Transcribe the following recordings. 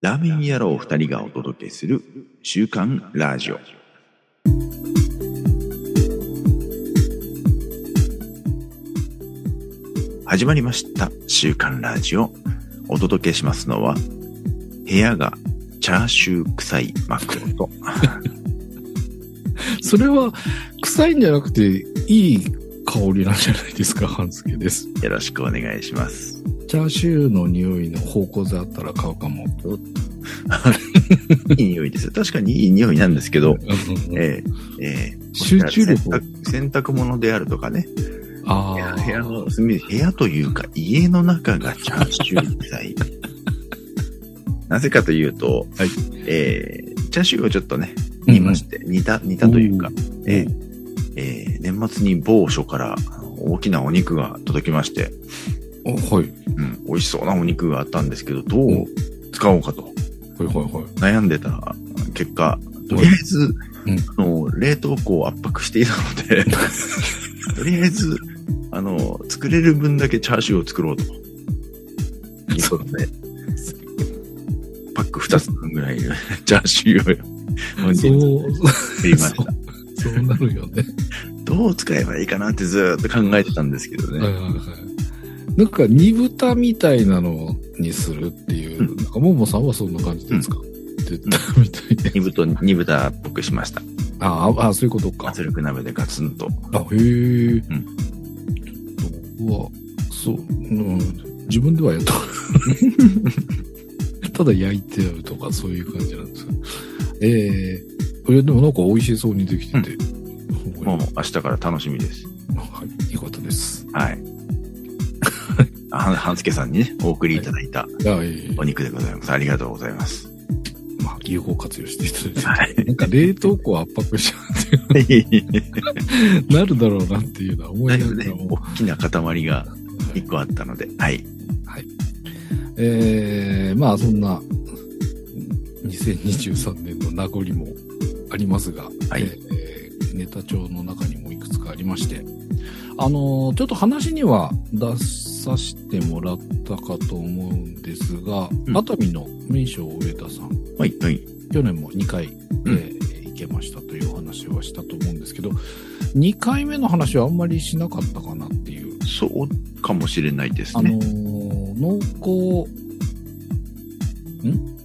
ラーメン野郎二人がお届けする週刊ラジオ。始まりました週刊ラジオ。お届けしますのは、部屋がチャーシュー臭いマクロと、それは、臭いんじゃなくて、いい香りなんじゃないですか、半助です。よろしくお願いします。チャーシューの匂いの方向性あったら買うかも。いい匂いですよ。確かにいい匂いなんですけど、ええええ集中 力を洗濯洗濯物であるとかね。あ部屋あ。部屋の、すみ部屋というか家の中がチャーシュー臭 い。なぜかというと、はいえーチャーシューをちょっとね、うん煮まして、煮た、煮たというか、えうーえー年末に某所からあの大きなお肉が届きまして、あはい。うん、美味しそうなお肉があったんですけど、どうんう使おうかとはいはいはい。悩んでた結果、とりあえず、うんあの冷凍庫を圧迫していたの で、とりあえず、あの、作れる分だけチャーシューを作ろうと。いうことで、パック2つ分ぐらいの チャーシューを、本日そう、作りました。そうなるよ ね。どう使えばいいかなってずーっと考えてたんですけどはいね。はいはい。なんか、煮豚みたいなのにするっていう、うんなんか、ももさんはそんな感じですか、って言ったみたいで。煮豚、煮豚っぽくしました。あーあ、そういうことか。圧力鍋でガツンと。あ、へえ。んちょっと僕は、そう、うん、自分ではやった。 ただ焼いてるとか、そういう感じなんですけど。ええいや、でもなんか美味しそうにできてて、すごもいう明日から楽しみです。はい、よかったです。 はい。は半助さんにね、お送りいただいたいや、ええお肉でございます。ありがとうございます。まあ、有効活用していただいて。はい。なんか冷凍庫を圧迫しちゃ うなるだろうなっていうのは思いだいなぶがねらも、、大きな塊が1個あったので、はい。えー、まあそんな2023年の名残もありますが、はいえーネタ帳の中にもいくつかありまして、あのーちょっと話には出させてもらったかと思うんですが、うん熱海の名所上田さん、はい、はい。去年も2回、えうんー行けましたというお話はしたと思うんですけど、2回目の話はあんまりしなかったかなっていうそうかもしれないですあのね。ー濃厚、ん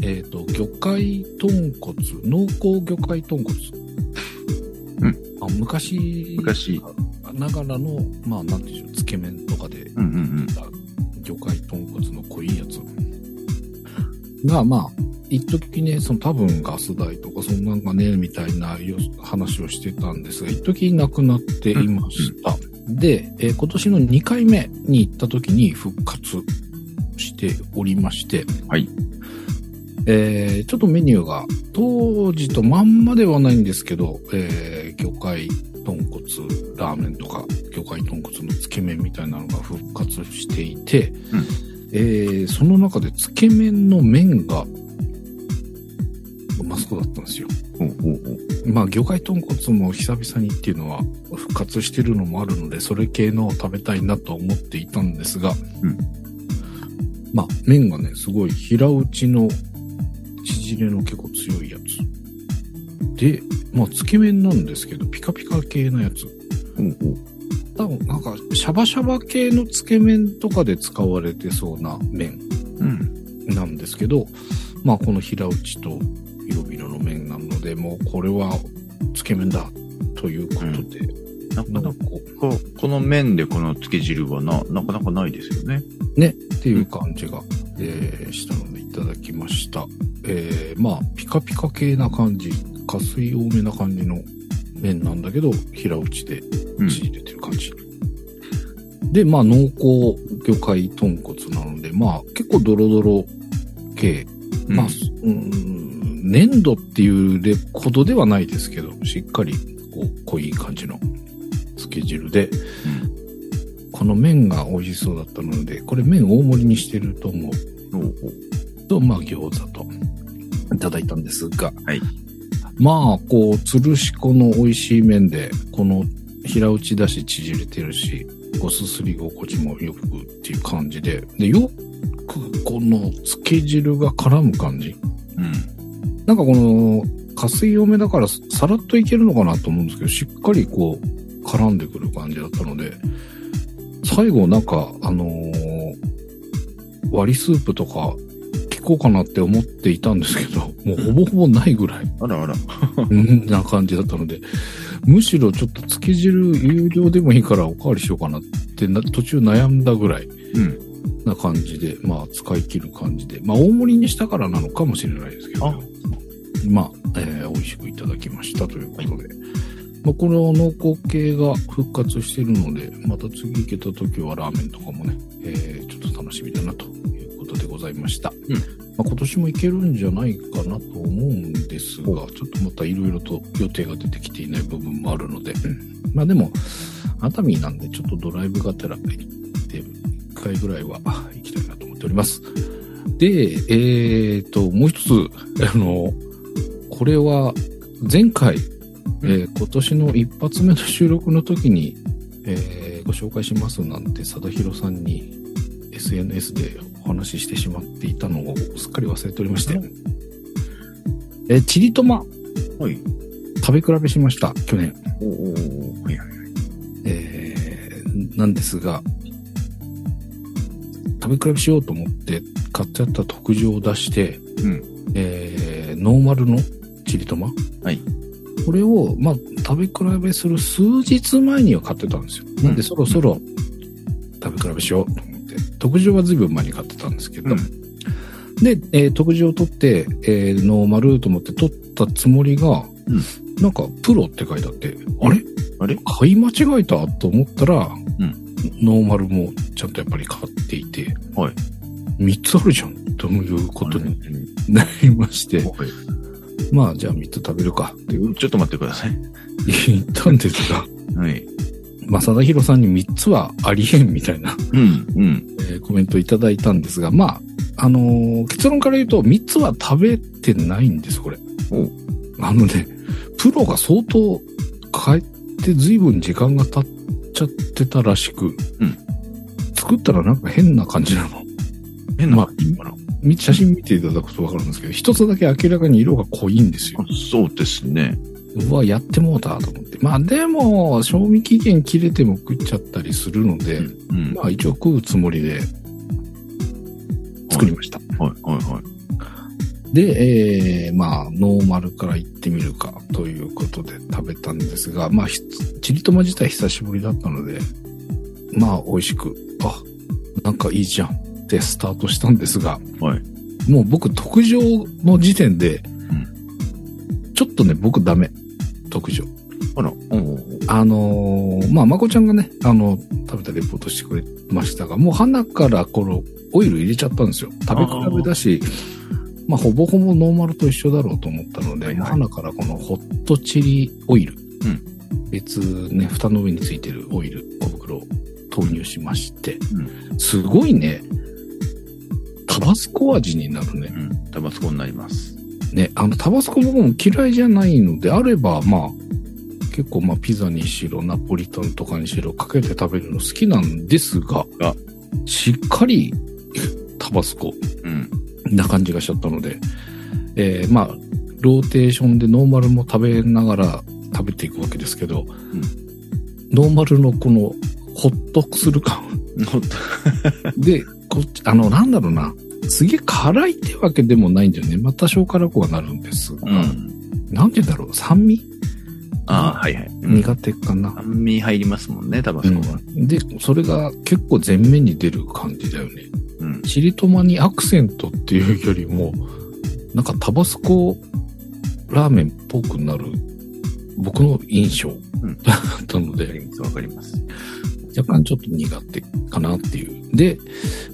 えっ、と、魚介豚骨、濃厚魚介豚骨。うんあ昔、昔、ながらの、まあ、なんていうんでしょう、つけ麺とかで、うんうんうん。魚介豚骨の濃いやつが、まあ、一時ね、その多分ガス代とかそんなんがね、みたいなよ話をしてたんですが、一時なくなっていました。で、えー今年の2回目に行った時に復活しておりまして、はい。えーちょっとメニューが当時とまんまではないんですけど、えー魚介豚骨ラーメンとか魚介豚骨のつけ麺みたいなのが復活していて、うんえーその中でつけ麺の麺がうまそうだったんですよ。おうおうまあ、魚介豚骨も久々にっていうのは復活してるのもあるので、それ系のを食べたいなとは思っていたんですが、うんまあ、麺がね、すごい平打ちの縮れの結構強いやつ。で、まあ、つけ麺なんですけど、ピカピカ系のやつ。おうおう多分、なんか、シャバシャバ系のつけ麺とかで使われてそうな麺うん。なんですけど、まあこの平打ちと広々の麺なので、もうこれはつけ麺だということで、なかまなだか、ここの麺でこの漬け汁はな、なかなかないですよね。うね、っていう感じが、えーしたのでいただきました。えーまあピカピカ系な感じ、加水多めな感じの麺なんだけど、平打ちでうん。縮れてる感じ。で、まあ、濃厚魚介豚骨なので、まあ、結構ドロドロ系。うんまあ、うん、粘土っていうレほどではないですけど、しっかり、こう、濃い感じのつけ汁で、この麺が美味しそうだったので、これ麺大盛りにしてると思う。おうおうと、まあ、餃子と、いただいたんですが、はいまあ、こう、つるしこの美味しい麺で、この平打ちだし縮れてるし、こうすすり心地もよくっていう感じで、で、よくこのつけ汁が絡む感じ。うん。なんかこの、加水多めだからさらっといけるのかなと思うんですけど、しっかりこう、絡んでくる感じだったので、最後なんか、あのー割りスープとか聞こうかなって思っていたんですけど、もうほぼほぼないぐらい、あらあら。うんな感じだったので、むしろちょっとつけ汁有料でもいいからおかわりしようかなってな途中悩んだぐらいうん。な感じで、まあ使い切る感じで、まあ大盛りにしたからなのかもしれないですけどあ、まあ、えー美味しくいただきましたということで、まあこの濃厚系が復活してるので、また次行けた時はラーメンとかもね、えーちょっと楽しみだなということでございました。うんまあ今年も行けるんじゃないかなと思うんですが、ちょっとまたいろいろと予定が出てきていない部分もあるので、まあでも、熱海なんでちょっとドライブがてら行って、1回ぐらいはあ行きたいなと思っております。で、えー、と、もう一つ、あの、これは前回、えー今年の一発目の収録の時に、えーご紹介しますなんて、貞弘さんに SNS でお話ししてしまっていたのをすっかり忘れておりまして、えーチリトマはい。食べ比べしました、去年。おおおはいはい。えーなんですが、食べ比べしようと思って買ってあった特上を出して、うんえーノーマルのチリトマ。はいこれを、まあ、食べ比べする数日前には買ってたんですよ。なんで、そろそろ食べ比べしようと思って。特上は随分前に買ってたんですけど。うんで、えー特上を取って、えーノーマルと思って取ったつもりが、うんなんか、プロって書いてあって、あれあれ買い間違えたと思ったら、うんノーマルもちゃんとやっぱり買っていて、はい3つあるじゃんということにうんなりまして、はいまあじゃあ3つ食べるかってでちょっと待ってください。言ったんです が、はい。まあ貞弘さんに3つはありえんみたいな、うん。うん。えーコメントいただいたんですが、まあ、あのー結論から言うと3つは食べてないんです、これお。なので、プロが相当変えて随分時間が経っちゃってたらしく、うん作ったらなんか変な感じなの。変なまあ感じかな。み写真見ていただくとわかるんですけど、一つだけ明らかに色が濃いんですよ。あそうですね。うわ、やってもうたと思って。まあでも、賞味期限切れても食っちゃったりするので、うん。まあ一応食うつもりで作りました。はいはいはい。で、えー、まあ、ノーマルから行ってみるかということで食べたんですが、まあ、ひつチリトマ自体久しぶりだったので、まあ、美味しく、あ、なんかいいじゃんってスタートしたんですが、はいもう僕、特上の時点で、ちょっとね、僕ダメ。特上。あら。おおおあのーまあ、まこちゃんがね、あの、食べたレポートしてくれましたが、もう花からこのオイル入れちゃったんですよ。食べ比べだし、まあ、ほぼほぼノーマルと一緒だろうと思ったので、はいはいもう花からこのホットチリオイル、うん別ね、蓋の上についてるオイル、小袋を投入しまして、うすごいね、タバスコ味になるね。うん。タバスコになります。ね、あの、タバスコ僕も嫌いじゃないのであれば、まあ、結構まあ、ピザにしろ、ナポリタンとかにしろ、かけて食べるの好きなんですがあ、しっかり タバスコうん。な感じがしちゃったので、えーまあ、ローテーションでノーマルも食べながら食べていくわけですけど、ノーマルのこの、ホッとする感 ほっと。で、こっち、あの、なんだろうな、すげえ辛いってわけでもないんだよね。また小辛子がなるんですが、うん。なんて言うんだろう、酸味ああ、はいはい。うん苦手かな。酸味入りますもんね、タバスコは。で、それが結構前面に出る感じだよね。うん。チリトマにアクセントっていうよりも、なんかタバスコラーメンっぽくなる僕の印象んだったわのかで、りますわかります。若干ちょっと苦手かなっていう。で、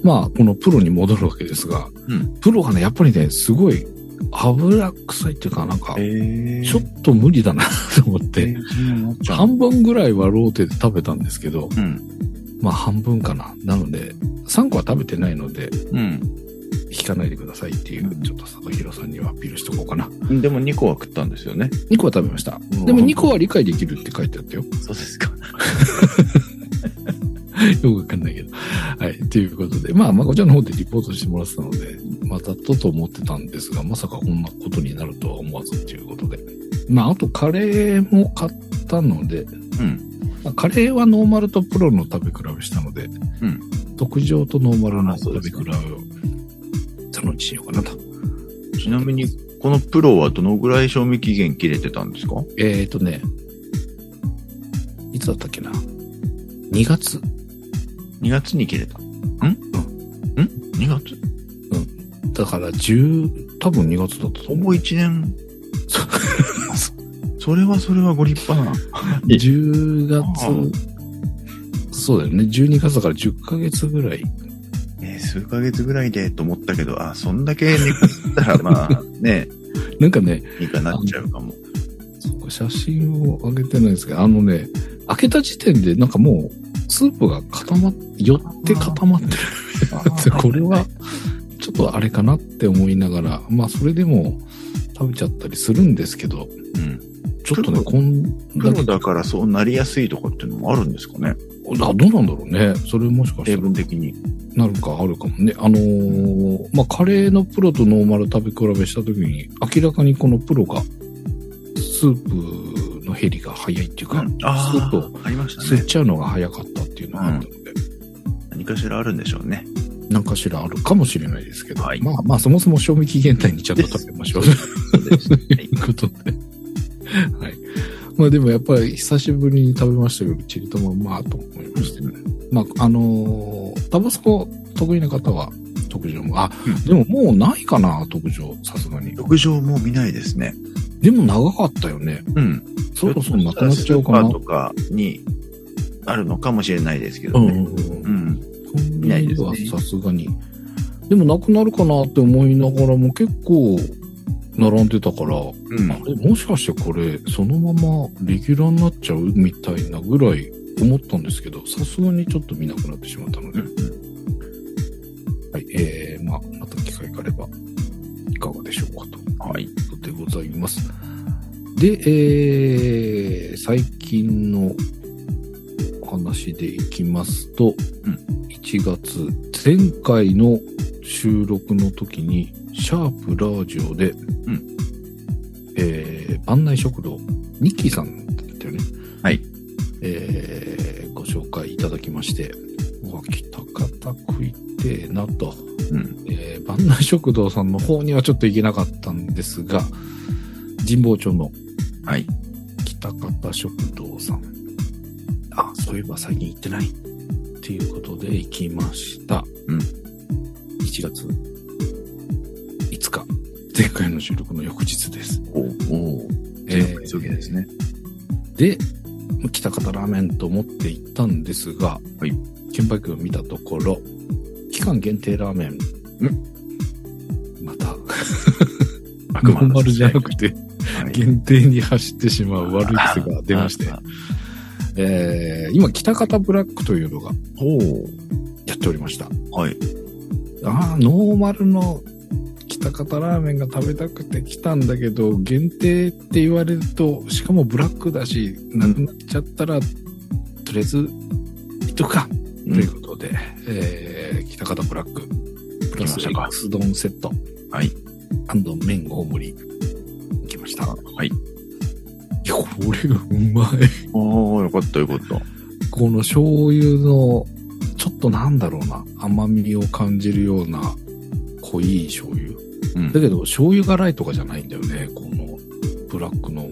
まあ、このプロに戻るわけですが、うんプロがね、やっぱりね、すごい油臭いっていうか、なんか、えちょっと無理だなと思って、半分ぐらいはローテで食べたんですけど、うん。まあ半分かな。なので、3個は食べてないので、うん。引かないでくださいっていうう、んちょっと佐藤弘さんにはアピールしとこうかな。でも2個は食ったんですよね。 2個は食べました。でも2個は理解でき るって書いてあったよ。そうですか。よくわかんないけど。ははい。ということで、まあ、まこちゃんの方でリポートしてもらってたので、またとと思ってたんですが、まさかこんなことになるとは思わずということで。まあ、あとカレーも買ったので、うん。まあカレーはノーマルとプロの食べ比べしたので、うん特上とノーマルのあそ食うべです比ねべを、そのうちしようかなと。ちなみに、このプロはどのぐらい賞味期限切れてたんですかえーとね、いつだったっけな ?2 月 ?2 月に切れた。んん ?2 月だから10、多分2月だったとほ思う。ぼ1年。それはそれはご立派な。 10あー月、そうだよね。12月だから10ヶ月ぐらい。ね、数ヶ月ぐらいでと思ったけど、あ、そんだけ寝かせたら、ま あね、なんかね、いいかなっちゃうかも。そうか写真を上げてないですけど、あのね、開けた時点でなんかもう、スープが固まっ、寄って固まってる。でこれは、ちょっとあれかなって思いながら、まあそれでも食べちゃったりするんですけど、うん。ちょっとね、プロこんプだロけ、だからそうなりやすいとかっていうのもあるんですかねあどうなんだろうね。それもしかし成たら分的に。なるかあるかもね。あのーまあ、カレーのプロとノーマル食べ比べした時に、明らかにこのプロが、スープの減りが早いっていうか、あスープをーありまし吸たっね。ちゃうのが早かったっていうのがあったので、何かしらあるんでしょうね。何かしらあるかもしれないですけど、はいまあまあ、そもそも賞味期限内にちゃんと食べましょうとそうですはいいう ことで。はい。まあでもやっぱり久しぶりに食べましたけど、チリトマうまあと思いましたね。まあ、あのータバスコ得意な方は特上も、あ、うんでももうないかな、特上、さすがに。牧場もう見ないですね。でも長かったよね。うん。そろそろなくなっちゃうかスーパなー。とかにあるのかもしれないですけうどんうね。んうんう。ん。コンビニではいないですねさすがに。でもなくなるかなって思いながらも結構並んでたから、うん。あれもしかしてこれそのままレギュラーになっちゃうみたいなぐらい思ったんですけど、さすがにちょっと見なくなってしまったので、はい、えー、まあ、また機会があればいかがでしょうかと。はい。ということでございます。で、えー最近のお話でいきますと、うん1月、前回の収録の時に、シャープラジオで、んえー番内食堂、ニッキーさんだったよね。はい。えーご紹介いただきまして、うわ、北方食いてえなと。うん。えー、万内食堂さんの方にはちょっと行けなかったんですが、神保町のはい。北方食堂さん。あ、そういえば最近行ってない。っていうことで行きました。うん1月5日。前回の収録の翌日です。おおえー急ぎですね。で、北方ラーメンと思って行ったんですが、はい券売機を見たところ、期間限定ラーメン。また、悪魔ノーマのル世じゃ界なくて、はい限定に走ってしまう悪い癖が出まして、あえー、今、北方ブラックというのがおやっておりました。おはい。ああ、ノーマルの北方ラーメンが食べたくて来たんだけど、限定って言われると、しかもブラックだし、なくなっちゃったら、とりあえず、いっとくか、ということで、えー、北方ブラック、プラ行きスましたか X 丼セット、はい。麺大盛り、行きました。いはい。や、これがうまい。おー、よかったよかった。この醤油の、ちょっとなんだろうな、甘みを感じるような濃い醤油。うんだ。けど、醤油辛いとかじゃないんだよね、このブラックの、ん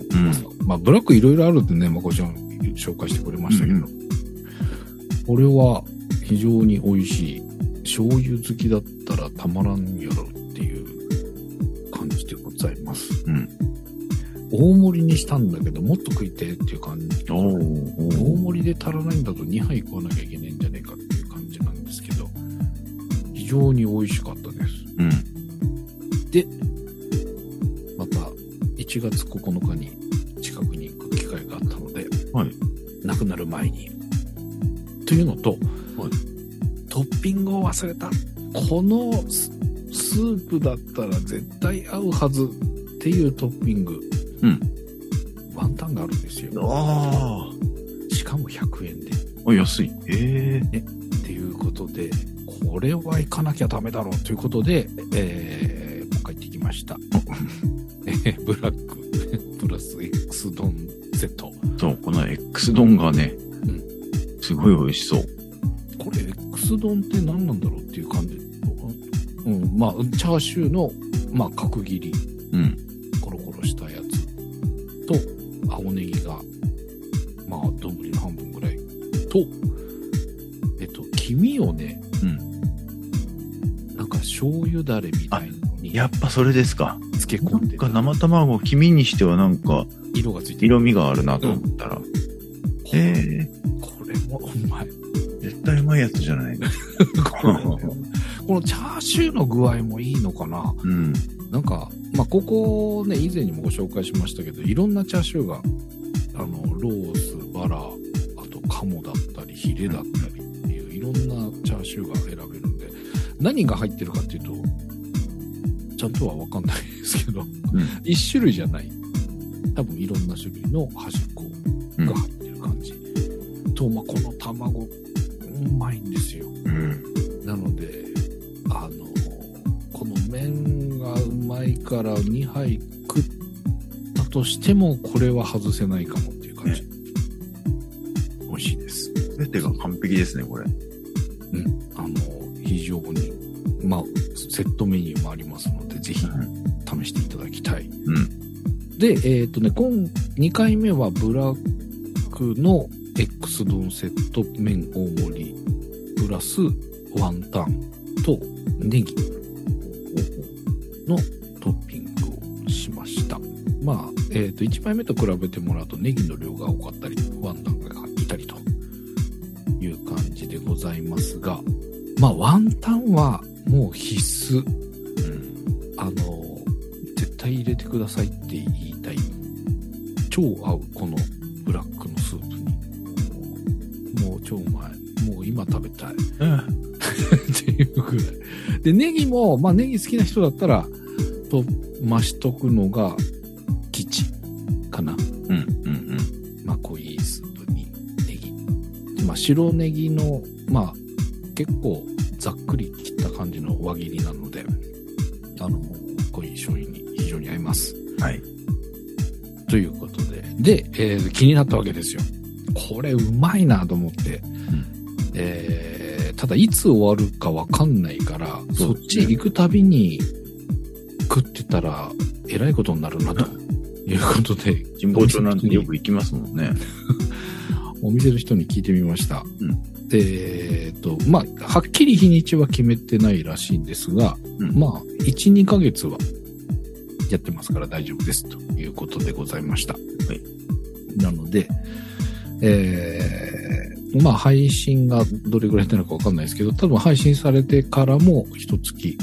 まあ、ブラックいろいろあるってね、まこちゃん紹介してくれましたけど、うんこれは非常に美味しい。醤油好きだったらたまらんやろっていう感じでございます。うん大盛りにしたんだけど、もっと食いてっていう感じ。おーおー大盛りで足らないんだと2杯食わなきゃいけないんじゃねえかっていう感じなんですけど、非常に美味しかったです。うん。また、1月9日に近くに行く機会があったので、はい亡くなる前に。というのと、はいトッピングを忘れた。このススープだったら絶対合うはずっていうトッピング。うんワンタンがあるんですよ。あしかも100円で。あ、安い。ええっていうことで、これは行かなきゃダメだろうということで、えー、もう一回行ってきました。 えーブラック、 プラス X 丼 Z。そう、この X 丼がね、すごい美味しそう。これ X 丼って何なんだろうっていう感じ。うん、まあ、チャーシューの、まあ、角切り、うん。コロコロしたやつと、青ネギが、まあ、丼の半分ぐらいと、えっと、黄身をね、うなんか醤油だれみたいなのにやっぱそれですか。漬けな込んんで、か生卵、黄身にしてはなんか、色がついてる。色味があるなと思ったら。ええこれもう まい。ー、絶対うまいやつじゃない。これもこのチャーシューの具合もいいのかなうん。なんか、まあ、ここね、以前にもご紹介しましたけど、いろんなチャーシューが、あの、ロース、バラ、あと、カモだったり、ヒレだったりっていう、いろんなチャーシューが選べるんで、何が入ってるかっていうと、ちゃんとはわかんないですけど、一、種類じゃない。多分いろんな種類の端っこが入ってる感じ。と、まあ、この卵、うまいんですよ。うん。なので、あの、この麺がうまいから2杯食ったとしても、これは外せないかもっていう感じ。美味しいです。全てが完璧ですね、これ。あの、非常に、まあ、セットメニューもありますので、ぜひ試していただきたい。うん。で、えっ、とね、今、2回目はブラックの X 丼セット麺大盛り、プラスワンタンとネギのトッピングをしました。まあ、えっ、と、1枚目と比べてもらうとネギの量が多かったり、ワンタンがいたりという感じでございますが、まあ、ワンタンはもう必須うん。あの、絶対入れてくださいって言いたい。超合う、このブラックのスープに。もう超うまい。もう今食べたい。うん。っていうぐらい。で、ネギも、まあネギ好きな人だったら、と、増しとくのが、吉かな。うん。うん。まあ濃いスープにネギ。まあ白ネギの、まあ結構ざっくり切った感じの輪切りなので、あの、濃い醤油に非常に合います。はい。ということで。で、えー気になったわけですよ。これうまいなと思って。えーただいつ終わるかわかんないから、そそうっち行くたびに食ってたらえらいことになるなということで、神保町なんてよく行きますもんね。お店の人に聞いてみました。うでえっと、まあ、はっきり日にちは決めてないらしいんですが、うんまあ、1、2ヶ月はやってますから大丈夫ですということでございました。はい。なので、えーまあ、配信がどれぐらいになるかわかんないですけど、多分配信されてからも一月、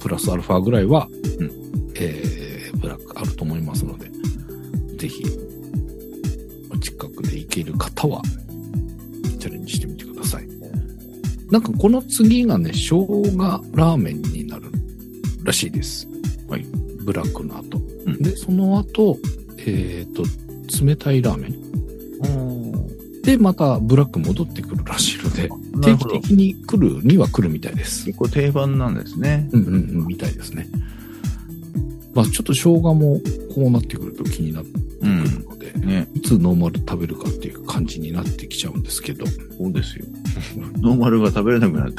プラスアルファぐらいは、うんえーブラックあると思いますので、ぜひ、お近くで行ける方は、チャレンジしてみてください。なんかこの次がね、生姜ラーメンになるらしいです。はい。ブラックの後。うんで、その後、えっ、と、冷たいラーメン。で、またブラック戻ってくるらしいので、なる定期ほど。的に来るには来るみたいです。結構定番なんですね。うんうんうん、みたいですね。まあちょっと生姜もこうなってくると気になってくるので、ね、いつノーマル食べるかっていう感じになってきちゃうんですけど、そうですよ。ノーマルが食べれなくなっち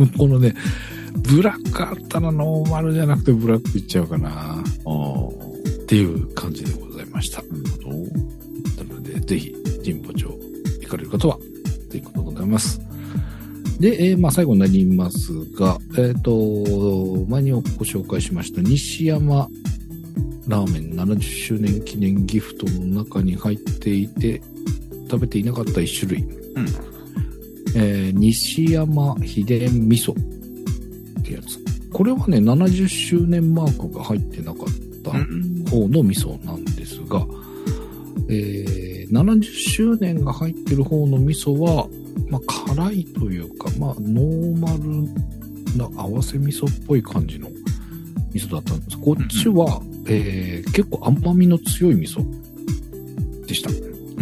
ゃこのね、ブラックあったらノーマルじゃなくてブラックいっちゃうかなっう。ああ。ていう感じでございました。なるほど。なので、ぜひ、神保町行かれる方は、ということでございます。で、えーまあ、最後になりますが、えっ、と、前にご紹介しました西山ラーメン70周年記念ギフトの中に入っていて、食べていなかった1種類。んえー西山秘伝味噌ってやつ。これはね、70周年マークが入ってなかった。方の味噌なんですが、えー70周年が入ってる方の味噌は、まあ、辛いというか、まあ、ノーマルな合わせ味噌っぽい感じの味噌だったんです。こっちは、えー結構甘みの強い味噌でした。う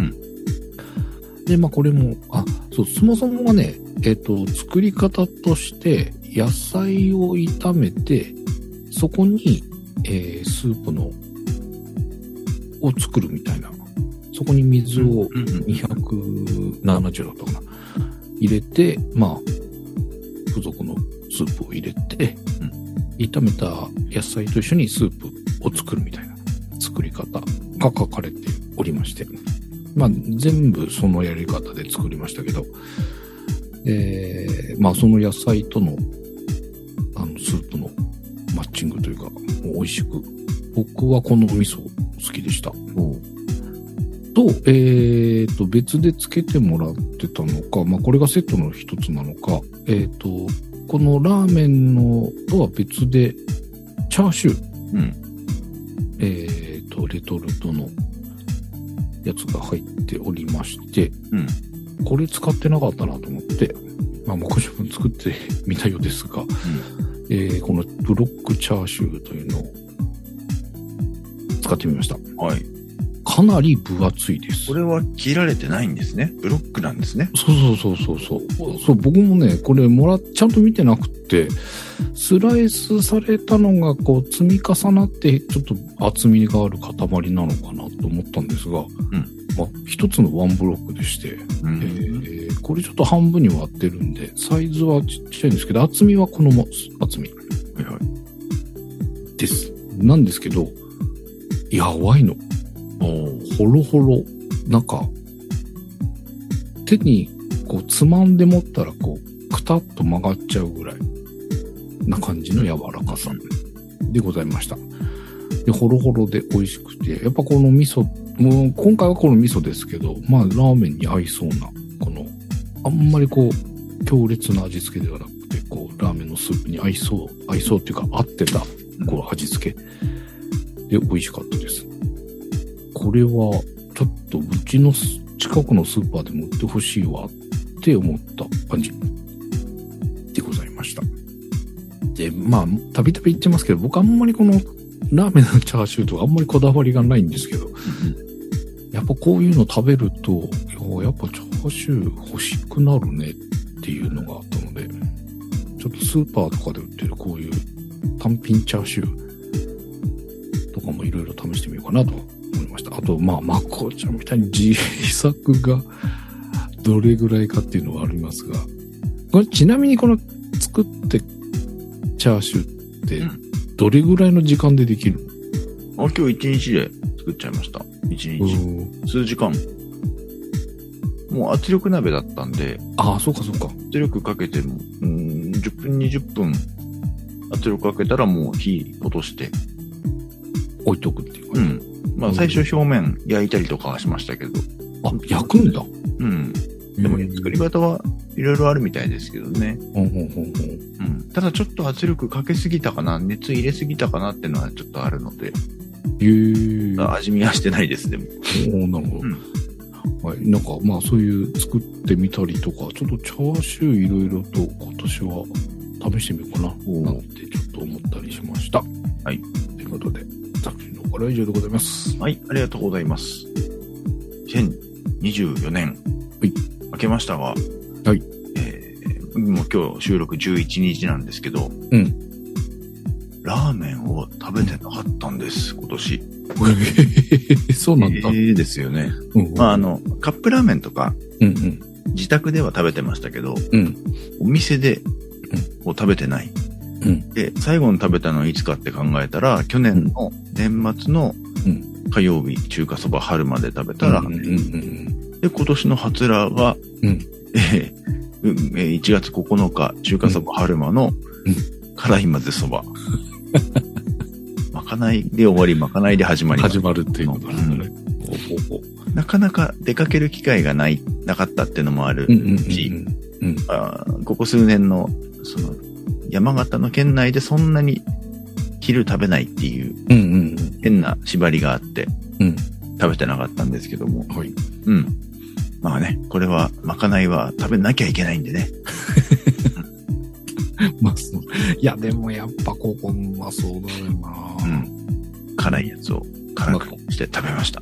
んで、まあこれも、あ、そう、そもそもはね、えっ、と、作り方として、野菜を炒めて、そこに、えースープの、を作るみたいな。そこに水をうんうん270だったかな。入れて、まあ、付属のスープを入れて、うん炒めた野菜と一緒にスープを作るみたいな作り方が書かれておりまして、まあ、全部そのやり方で作りましたけど、えーまあ、その野菜とのあのスープのマッチングというか、美味しく、僕はこの味噌好きでした。と、えー、と、別でつけてもらってたのか、まあ、これがセットの一つなのか、えー、と、このラーメンのとは別で、チャーシュー、うん。えー、と、レトルトのやつが入っておりまして、うんこれ使ってなかったなと思って、まあ、もう少し分作ってみたようですが、えーこのブロックチャーシューというのを使ってみました。はい。かなり分厚いです。これは切られてないんですね。ブロックなんですね。そうそうそうそうそう。そう、僕もね、これもらっ、ちゃんと見てなくって、スライスされたのがこう積み重なって、ちょっと厚みがある塊なのかなと思ったんですが、まあ、一つのワンブロックでして、うえ。ーこれちょっと半分に割ってるんで、サイズはちっちゃいんですけど、厚みはこのも厚みはいはい。です。なんですけど、やばいの。ほろほろ、なんか、手にこうつまんで持ったらこう、くたっと曲がっちゃうぐらいな感じの柔らかさでございました。で、ほろほろで美味しくて、やっぱこの味噌、もう今回はこの味噌ですけど、まあラーメンに合いそうな、この、あんまりこう、強烈な味付けではなくて、こう、ラーメンのスープに合いそう、合いそうっていうか合ってた、こう、味付けで美味しかったです。これは、ちょっとうちのす近くのスーパーでも売ってほしいわって思った感じでございました。で、まあ、たびたび言ってますけど、僕あんまりこのラーメンのチャーシューとかあんまりこだわりがないんですけど、やっぱこういうの食べると、いややっぱチャーシュー欲しくなるねっていうのがあったので、ちょっとスーパーとかで売ってるこういう単品チャーシューとかもいろいろ試してみようかなと思いました。あと、まあ、まこちゃんみたいに自作がどれぐらいかっていうのはありますが、これちなみにこの作ってチャーシューってうんどれぐらいの時間でできるあ、今日一日で作っちゃいました。一の、日。数時間。もう圧力鍋だったんで、ああ、そうかそうか。圧力かけても、うーん、10分、20分、圧力かけたらもう火落として、置いとくっていううか、ん。まうあん最初表面焼いたりとかはしましたけど、あ、焼くんだ。うん。でも作り方はいろいろあるみたいですけどね。うんうんうんうん。うん。ただちょっと圧力かけすぎたかな、熱入れすぎたかなってのはちょっとあるので、へえ。味見はしてないです、でも。おおなるほど、はい、なんかまあそういう作ってみたりとかちょっとチャーシューいろいろと今年は試してみようかおうななんてちょっと思ったりしましたはいということで作品の方からは以上でございます はい、ありがとうございます。2024年。はい明けましたが。はい。えー、もう今日収録11日なんですけど。うんラーメンを食べてなかったんです、今年。そうなんだ、えーですよね。うんまあ、あの、カップラーメンとか、うんうん自宅では食べてましたけど、うんお店で、を食べてない。うんで、最後に食べたのはいつかって考えたら、去年の年末のうん火曜日、中華そば春まで食べたら、うんうんうんで、今年の初ラーが、うんえーうんえー1月9日、中華そば春馬のうん、辛い混ぜそば。 まかないで終わり、まかないで始まります始まるっていうことですね、おおおなかなか出かける機会がない、なかったっていうのもあるうんうんうんし、あーここ数年の、その、山形の県内でそんなに昼食べないっていううんうんうんうん変な縛りがあって、うん食べてなかったんですけども、はいうん。まあね、これは、まかないは食べなきゃいけないんでね。まあそういやでもやっぱここうまそうだよな、うん。辛いやつを辛くして食べました。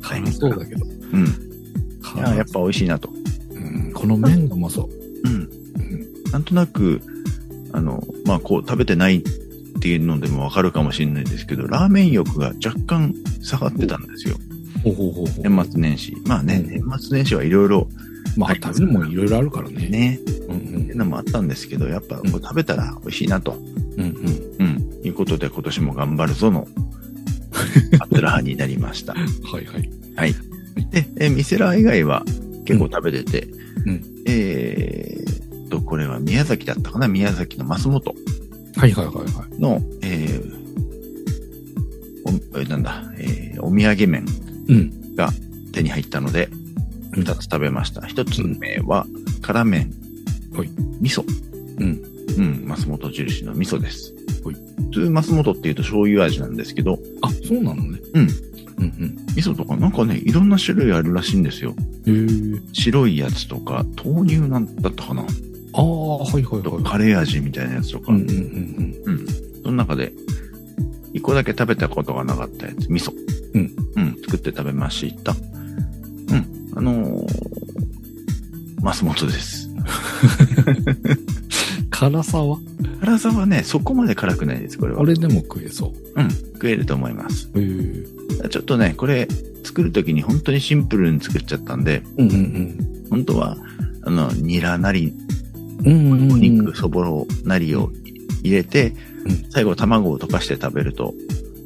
辛そうだけどうん。ああやっぱ美味しいなと。うん、この麺がうまそう。うん。うんなんとなく、あの、まあ、こう、食べてないっていうのでもわかるかもしれないですけど、ラーメン欲が若干下がってたんですよ。ほうほうほうほう。年末年始。まあね、う年末年始はいろいろまあ、食べるもんいろいろあるからね。ね、うんうってん。のもあったんですけど、やっぱこう食べたら美味しいなと、うんうん。うん、いうことで今年も頑張るぞ の、アプラーになりました。はいはい。で、えーミセラー以外は結構食べてて、うんえーっと、これは宮崎だったかな宮崎の松本はいはいはいはの、えーおえーなんだ、えーお土産麺い。うん。手に入ったので、うん二つ食べました。一つ目は、辛麺。はい味噌。うん。うん、松本印の味噌です。はい普通、松本っていうと醤油味なんですけど、あ、そうなのね。うん。うん味噌とかなんかね、いろんな種類あるらしいんですよ。うん。へえ。白いやつとか、豆乳なんだったかなああ、はいはいとはい。カレー味みたいなやつとか。うんうんうんうん。その中で、一個だけ食べたことがなかったやつ、味噌。うん。うん、作って食べました。うん。あのー、松本です。うん。辛さは辛さはね、そこまで辛くないです、これは。あれでも食えそうん、食えると思います。う。へえ。ちょっとね、これ、作るときに本当にシンプルに作っちゃったんで、うんうん本当は、あの、ニラなり、うん。うんうんうん。お肉、そぼろなりを入れて、うん最後卵を溶かして食べると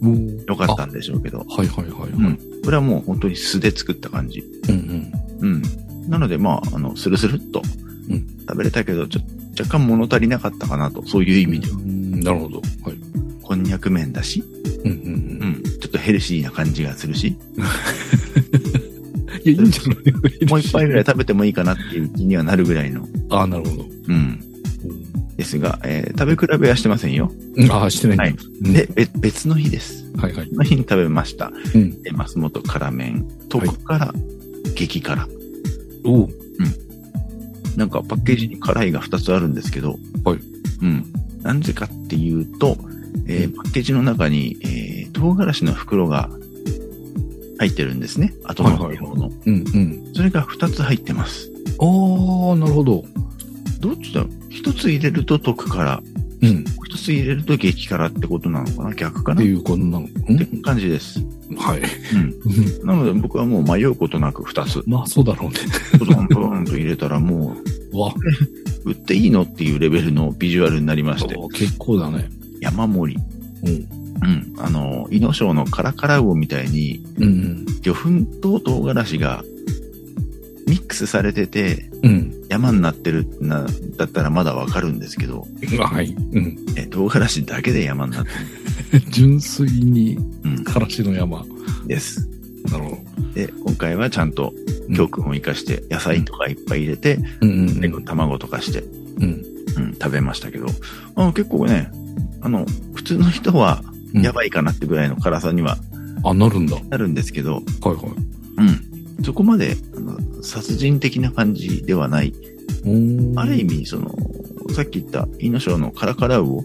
うん。よかったんでしょうけど、はいはいはいはい。うん。これはもう本当に素で作った感じ。うんうん。なので、まあ、あの、スルスルっとうん食べれたけど、ちょ若干物足りなかったかなと、そういう意うん。味では。うんなるほど。はい。こんにゃく麺だし、うんううんん、ちょっとヘルシーな感じがするし、うん。いや、いいんじゃないもう一杯ぐらい。食べてもいいかなっていう気にはなるぐらいの。ああ、なるほど。うん。ですが、えー食べ比べはしてませんよ。うんああ、してない。はい。で、べ別の日です。はいはい。その日に食べました。うん。えー松本辛麺、特辛、激辛。おうなんかパッケージに辛いが2つあるんですけど、はい。うん。なんでかっていうと、えーうんパッケージの中に、えー唐辛子の袋が入ってるんですね。後の方の。はいうんうん。それが2つ入ってます。ああ、なるほど。どっちだろう ?1 つ入れると特辛、うん。一つ入れると激辛ってことなのかな逆かっなてっいうことなの。うてん感じです。はい。うん。なので僕はもう迷うことなく二つ、まあ、そうだ ろうね。ドドンドドンと入れたらもわ、う、売っていいのっていうレベルのビジュアルになり まして、結構だね。山盛り。うん。うん。あの、イノショウのカラカラ魚みたいに、うん魚粉と唐辛子がミックスされてて、うん。うん。山になってるな、だったらまだわかるんですけど、はい。うん。 え、唐辛子だけで山になって純粋に、るんからしの山。です。なるほど。で、今回はちゃんと教訓を生かして、野菜とかいっぱい入れて、うんうんで卵とかして、うん。うん、食べましたけど、あの結構ね、あの、普通の人は、うんやばいかなってぐらいの辛さにはあ、なるんだ。はなるんですけど、いはい。うん。そこまで、あの、殺人的な感じではない。おーある意。味、その、さっき言った、イノショウのカラカラ魚、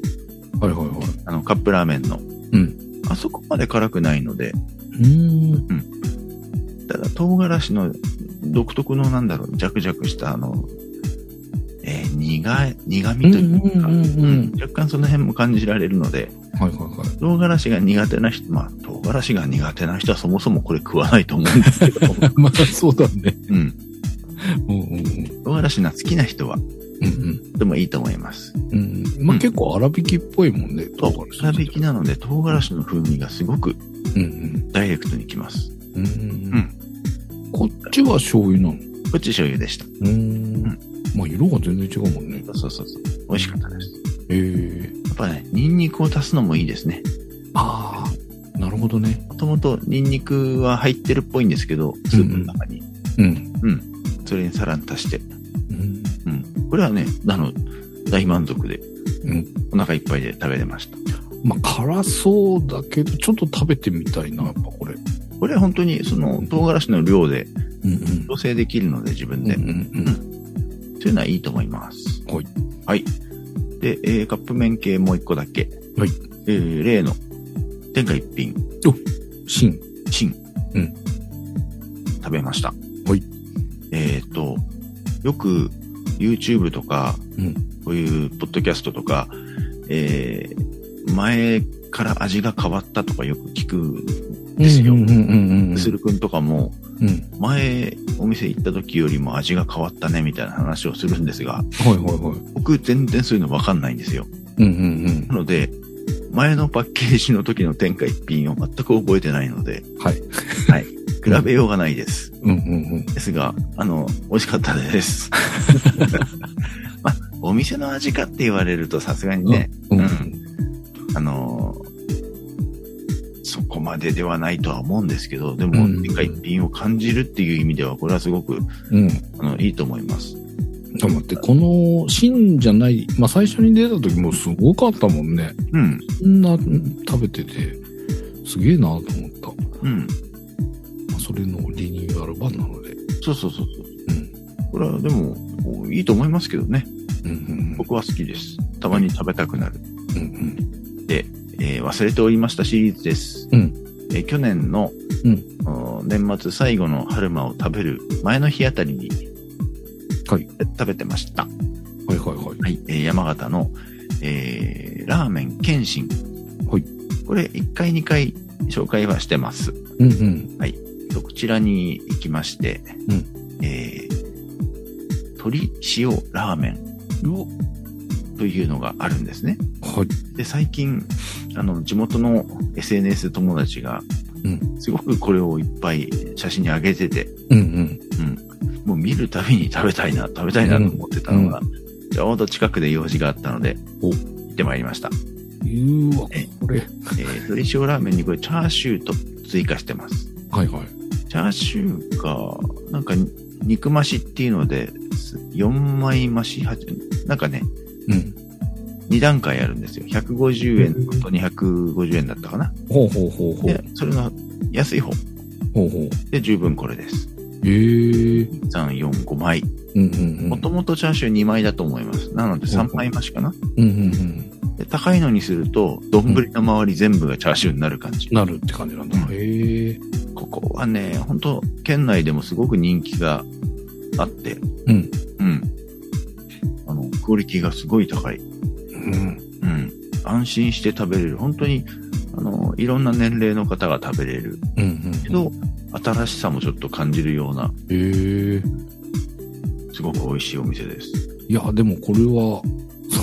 はいはいはい。あの、カップラーメンの、うん。あそこまで辛くないので、うん。ただ、唐辛子の独特の、なんだろう、弱々した、あの、えー苦い、苦味というか、うんうんうんうんうん若干その辺も感じられるので、はいはいはい。唐辛子が苦手な人、まあ、唐辛子が苦手な人はそもそもこれ食わないと思うんですけ ど、まあ、そうだね。うん。うんうんうん。唐辛子が好きな人は、うんでもいいと思います。うん。うん。まあ、結構粗挽きっぽいもんね。唐唐辛子辛子なので、唐辛子の風味がすごくうんダイレクトにきます。うん。うん。こっちは醤油なのこっち醤油でした。うんん。まあ、色が全然違うもんね。そうそうそう。美味しかったです。ええー。やっぱね、ニンニクを足すのもいいですね。ああ、なるほどね。もともとニンニクは入ってるっぽいんですけど、スープの中に。うん。それにさらに足して。うん。うん。これはね、あの、大満足で、うん。お腹いっぱいで食べれました。まあ、辛そうだけど、ちょっと食べてみたいな、やっぱこれ。これは本当に、その、唐辛子の量でうんうん。調整できるので、自分で。うんうんというのはいいと思います。はい。はい。で、えーカップ麺系もう一個だけ。はい。えー例の、天下一品、うん。芯。チン。うん。食べました。はい。えっ、と、よく YouTube とか、うんこういうポッドキャストとか、えー前から味が変わったとかよく聞く、ですようんうんうんうん。するくんとかも、うん。前お店行った時よりも味が変わったねみたいな話をするんですが、はいはいはい。僕全然そういうのわかんないんですよ。うんうんなので、前のパッケージの時の天下一品を全く覚えてないので、はい。 はい。比べようがないです。うん。うんうんうん。ですが、あの、美味しかったです。まあ、お店の味かって言われるとさすがにね、うんうんあのーそこまでではないとは思うんですけど、でも、うん天下一品を感じるっていう意味では、これはすごく、うん。あの、いいと思います。ちょっと待って、この芯じゃない、まあ最初に出た時もすごかったもんね。うん、こんな食べてて、すげえなと思った。うん。まあそれのリニューアル版なので。そうそうそうそう。うん。これはでも、いいと思いますけどね。うん僕は好きです。たまに食べたくなる。うん。うんえー忘れておりましたシリーズです。うんえー去年の、うんお年末最後の春馬を食べる前の日あたりに、はいえ食べてました。うん。はいはいはい。はい、えー山形の、えーラーメン謙信。はいこれ1回2回紹介はしてます。うんうん。こちらに行きまして、うんえー鶏塩ラーメンよというのがあるんですね。はい。で、最近、あの、地元の SNS 友達がう、すごくこれをいっぱい写真に上げてて、うんうん。もう見るたびに食べたいな、食べたいなと思ってたのが、ちょうど近くで用事があったので、お行ってまいりました。うーわ、これ。えー、鶏塩ラーメンにこれチャーシューと追加してます。はいはい。チャーシューが、なんか、肉増しっていうので、4枚増し、8なんかね、うん。 2段階あるんですよ。150円と250円だったかな。ほうほうほうほうで。、それの安い方。ほうほう。で、十分これです。ええー。 3、4、5枚。うんうんうん。もともとチャーシュー2枚だと思います。なので3枚増しかな。うんうんうん。で高いのにすると、丼の周り全部がチャーシューになる感じ。なるって感じなんだ。うんへえ。ここはね、本当県内でもすごく人気があって、うん。うん。あの、クオリティがすごい高い。うん。うん。安心して食べれる。本当に、あの、いろんな年齢の方が食べれるうんうん。けど、新しさもちょっと感じるような、へえー。すごく美味しいお店です。いや、でもこれは、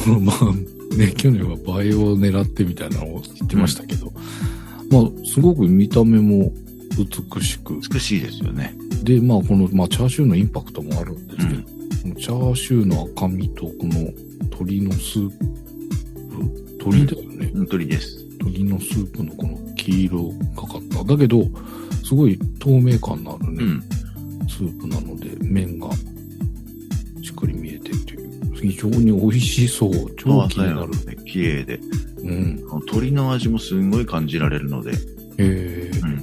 そのまあ、ね、去年は映えを狙ってみたいなのを言ってましたけど、まあ、すごく見た目も美しく、美しいですよね。で、まあ、この、まあ、チャーシューのインパクトもあるんですけど、このチャーシューの赤身と、この鶏のスープ、鶏だよね、本当にです。鶏のスープのこの黄色がかった。だけど、すごい透明感のあるね、うん。スープなので、麺がしっかり見えてっていう、非常に美味しそう、超気になる。ね綺麗で。うん。あの鶏の味もすんごい感じられるので、えー、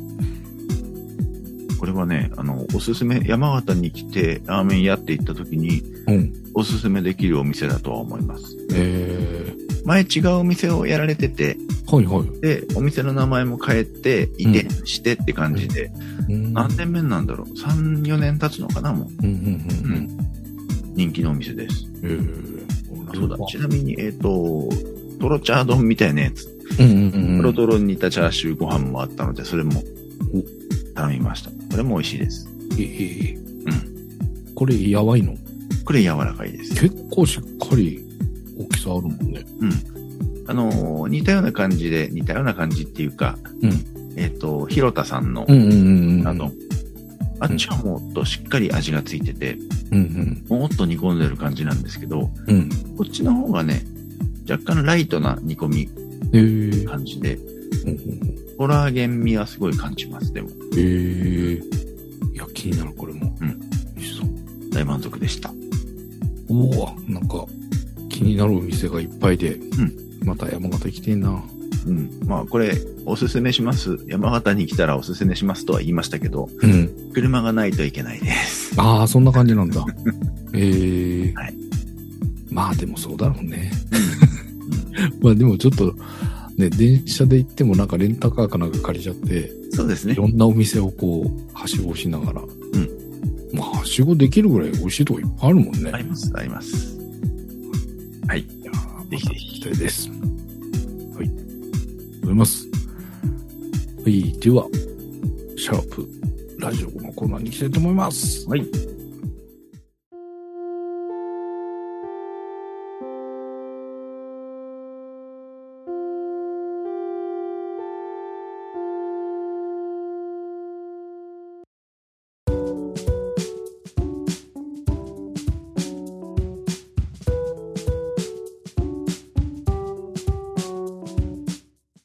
これはね、あの、おすすめ、山形に来てラーメン屋って行った時に、うん。おすすめできるお店だとは思います。え前違うお店をやられてて、ー、はいはい。で、お店の名前も変えて、移転してって感じで、うん何年目なんだろう ?3、4年経つのかなもう。うんうんうんうん。人気のお店です。えー、そうだ。ちなみに、えっ、と、トロチャー丼みたいなやつ。うんうトんうロん。トロに煮たチャーシューご飯もあったので、それも頼みました。これも美味しいです。えー、うん。これ、やばいのこれ柔らかいです。結構しっかり大きさあるもんね。あのー似たような感じで、似たような感じっていうか、うんえっ、と、広田さんの、んうんあの、あっちはもっとしっかり味がついてて、うんもっと煮込んでる感じなんですけど、うん。うん。こっちの方がね、若干ライトな煮込みえー、感じで、うんうんうんコラーゲン味はすごい感じます。でも、えー、いや、気になる、これも。うん。美味しそう。大満足でした。うわ、なんか気になるお店がいっぱいで、んまた山形行きてえな。うん。まあ、これ、おすすめします。山形に来たらおすすめしますとは言いましたけど、うん。車がないといけないです。ああ、そんな感じなんだ。 えー。はいまあでもそうだろうね。まあでもちょっと、ね、電車で行ってもなんかレンタカーかなんか借りちゃって、そうですね。い。ろんなお店をこう、はしごしながら、うんまあ、はしごできるぐらい美味しいとこいっぱいあるもんね。あります、あります。はい。いやーまたぜひぜひ期待です。はい。思います。はい。では、シャープラジオのコーナーに行きたいと思います。はい。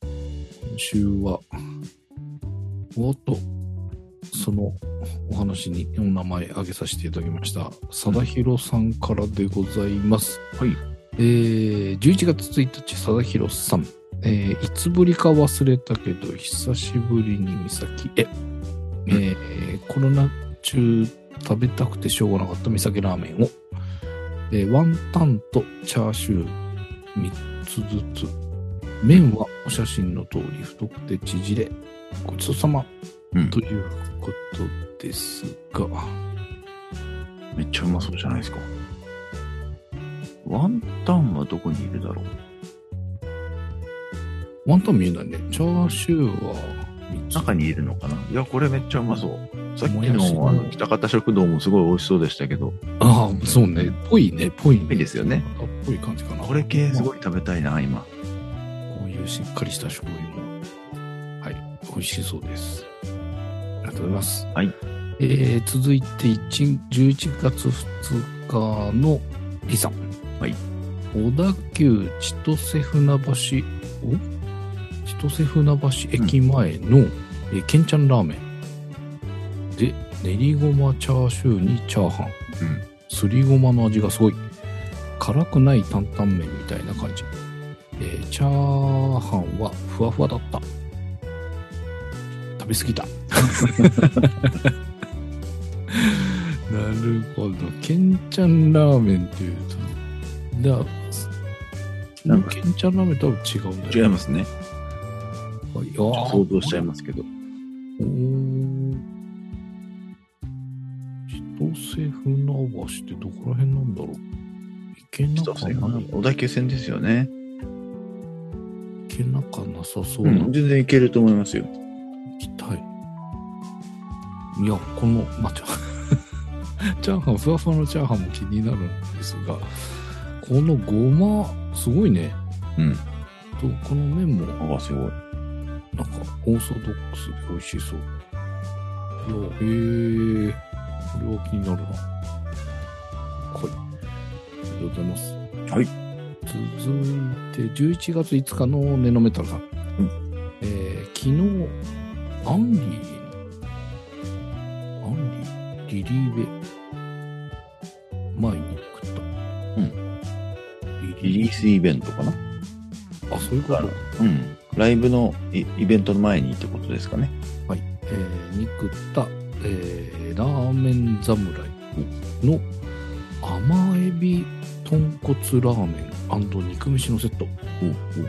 今週は、おっと、そのお話にお名前挙げさせていただきました、貞弘さんからでございます。はい。えー、11月1日、貞弘さん。えーいつぶりか忘れたけど、久しぶりに三崎へ。えーコロナ中食べたくてしょうがなかった三崎ラーメンを、えーワンタンとチャーシュー3つずつ麺はお写真の通り太くて縮れ、ごちそうさま、うんということですが、めっちゃうまそうじゃないですか。ワンタンはどこにいるだろうワンタン見えないね。チャーシューは3つ。中にいるのかないや、これめっちゃうまそう。さっきもやしののあの北方食堂もすごい美味しそうでしたけど、ああ、そうね。ぽいね、ぽいね。ぽいですよね。っぽい感じかな。これ系すごい。い食べたいな、今。こういうしっかりした醤油も、はい、美味しそうです。ありがとうございます。はい。えー、続いて1 11月2日のリさん。はい。小田急千歳船橋、お千歳船橋駅前の、えーケンちゃんラーメン。で、練りごまチャーシューにチャーハン。うんすりごまの味がすごい。辛くない担々麺みたいな感じ。えーチャーハンはふわふわだった。食べ過 ぎた。なるほど。ケンちゃんラーメンっていうと、だななんんかかケンちゃんラーメンとは違うんだ違いよね。ますね。いやー想像しちゃいますけど。おー千歳船橋ってどこら辺なんだろう行けな北か千な穂小田急線ですよね。行けなかなさそううな、ん、全然いけると思いますよ。行きたいいやこのまあチャー チャーハンふわふわのチャーハンも気になるんですがこのごますごいねうん。とこの麺もああ、すごい。なんかオーソドックスで美味しそう。いやへえ、これは気になるな。はい。ありがとうございます。はい。続いて、11月5日のネノメタルさん。うえー昨日、アンリーの、アンリー、リリーベ、前に食った。うん。リリリリースイベントかなー、あ、そういうこあとるうん。ライブのイイベントの前にってことですかね。はい、えー、肉った、えー、ラーメン侍の甘エビ豚骨ラーメン肉飯のセット、おうおう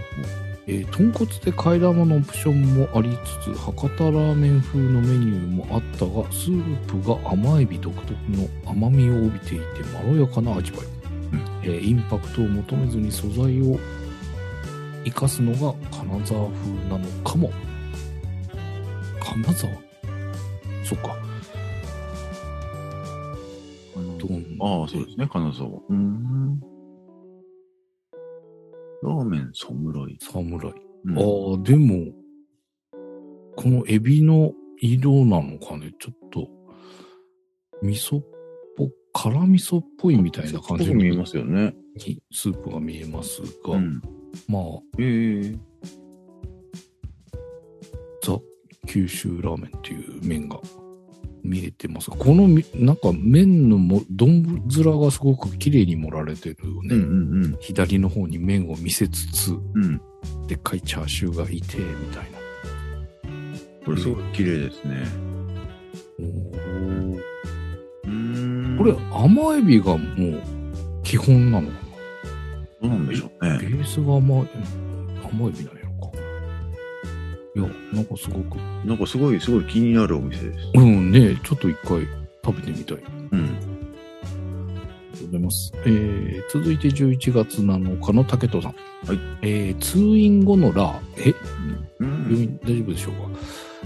えー、豚骨で替え玉のオプションもありつつ博多ラーメン風のメニューもあったがスープが甘エビ独特の甘みを帯びていてまろやかな味わい、うんえーインパクトを求めずに素材を生かすのが金沢風なのかも金沢そっかどんおうああ、そうですね、金沢。うーん。ラーメン侍。侍うんああ、でも、このエビの色なのかね、ちょっと、味噌っぽ、辛味噌っぽいみたいな感じそっちっぽく見えますよね。にスープが見えますが、うん。まあ、ええザ・九州ラーメンっていう麺が見えてますが、このみ、なんか麺のも、丼面がすごく綺麗に盛られてるよね。うんうんうん。左の方に麺を見せつつ、うん。でっかいチャーシューがいて、みたいな。これすごい綺麗ですね。おーうーん。これど甘エビがもう基本なのかうなんでしょうなベね。ースが甘甘エビなんやろかいやなんかすごくなんかすごい、すごい気になるお店です。うんねちょっと一回食べてみたい。うん。ありがとうございます。えー、続いて11月7日の竹戸さん。はい。えー、通院後のラー、え、う読ん。み、大丈夫でしょうか。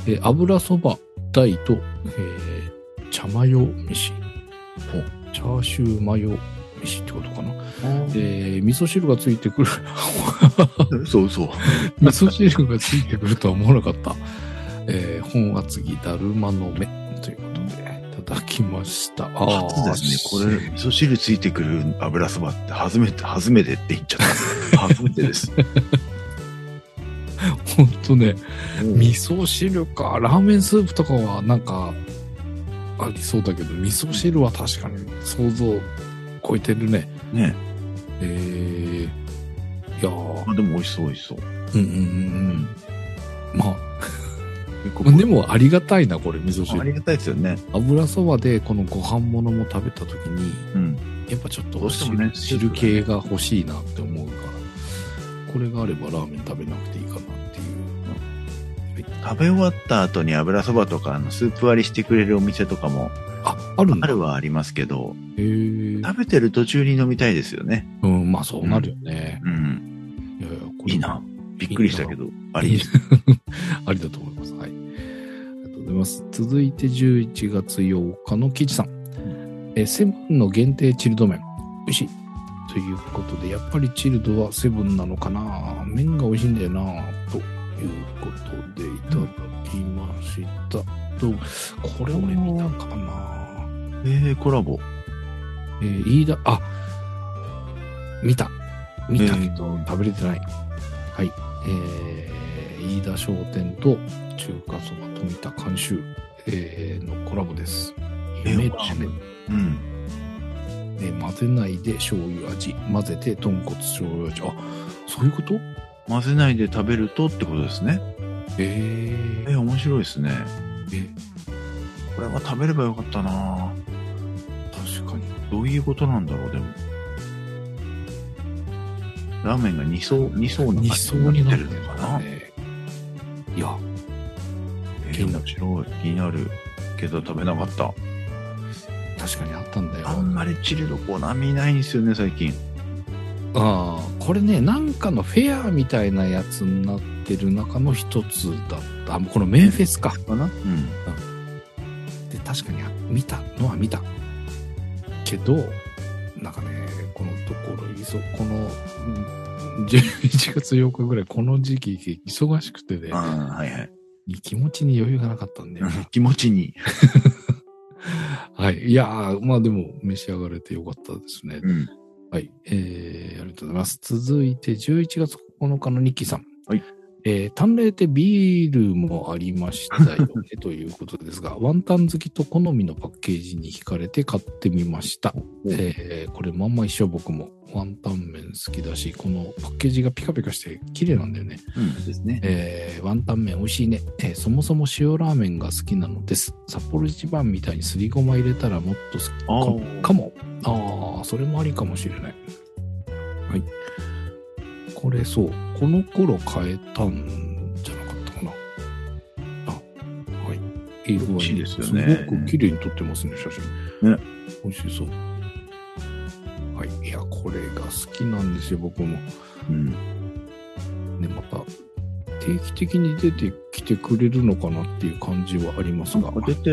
えー、油そば、大と、えー、茶マヨ飯。お、チャーシューマヨ飯ってことかな。えー、味噌汁がついてくる。 そうそう。味噌汁がついてくるとは思わなかった。えー、本厚木だるまの目ということで、いただきました。あ初ですね。これ、味噌汁ついてくる油そばって、初めて、初めてって言っちゃった。初めてです。れ、ほんとね、味噌汁か。ラーメンスープとかはなんか、ありそうだけど、味噌汁は確かに想像を超えてるね。ね。えー、いやー、あ、でも美味しそう、美味しそう。うんうんうんうん。まこあ、でもありがたいな、これ、味噌あ汁。りがたいですよね。油そばでこのご飯物も食べた時に、うん。やっぱちょっとどうしてもね汁汁系が欲しいなって思うから、これがあればラーメン食べなくていいかなっていう。食べ終わった後に油そばとか、あの、スープ割りしてくれるお店とかも、あ、あるんあだ。るはありますけど、へえ。食べてる途中に飲みたいですよね。うん、まあそうなるよね。うん。いやいや、これいいな。びっくりしたけど、ありです。 ありだと思います。はい。ありがとうございます。続いて11月8日の記事さん。え、セブンの限定チルド麺。美味しい。ということで、やっぱりチルドはセブンなのかな麺が美味しいんだよなということで、いただきました。と、これ俺見たかなえー、コラボ。えー飯田、あ、見た。見たけうどん食べれてない。はい。えー、飯田商店と中華そば富田監修、えーのコラボです。えー夢ラーメン。うん。えー混ぜないで醤油味。混ぜて豚骨醤油味。あ、そういうこと混ぜないで食べるとってことですね。ええー、面白いですね。ー、え、これは食べればよかったな確かに。どういうことなんだろう、でも。ラーメンが2層、二層の二層になってるののかかなな、。ね、いや、え気ーになる面白い。気になる。けど食べなかった。確かにあったんだよ。あんまりチルドコナミないんですよね、最近。ああこれねなんかのフェアみたいなやつになってる中の一つだったあもうこのメンフェスかかなうん。で確かに見たのは見たけどなんかねこのところいそこのうん11月8日ぐらいこの時期忙しくてねああ、はいはい。気持ちに余裕がなかったんで、気持ちに。はいいやーまあでも召し上がれてよかったですねうん。はい、えー、ありがとうございます。続いて11月9日のニッキーさん。はい。えー、淡麗ってビールもありました よねということですが、ワンタン好きと好みのパッケージに惹かれて買ってみました。えー、これまんま一緒僕もワンタン麺好きだし、このパッケージがピカピカして綺麗なんだよね。うんですね。えーワンタン麺美味しいね、えーそもそも塩ラーメンが好きなのです。札幌一番みたいにすりごま入れたらもっと好きあかーかも。ああ、それもありかもしれない。はい。これそう、この頃変えたんじゃなかったかな。あ、はい。いい具合に美味しいですよねすごく綺麗に撮ってますね、写真。ね。美味しそう。はい。いや、これが好きなんですよ、僕も。うん。ね、また定期的に出てきてくれるのかなっていう感じはありますながんか、出て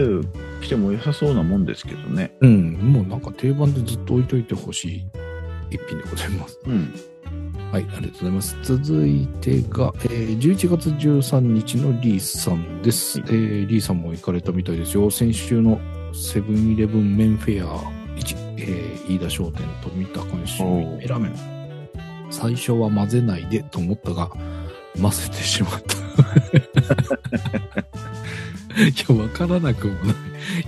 きても良さそうなもんですけどね。うん、もうなんか定番でずっと置いといてほしい一品でございます。うん。はい、ありがとうございます。続いてが、えー11月13日のリーさんです。えーリーさんも行かれたみたいですよ。先週のセブンイレブンメンフェア1、えー飯田商店と見た今週おのうラーメン。最初は混ぜないでと思ったが、混ぜてしまった。いや、わからなくもな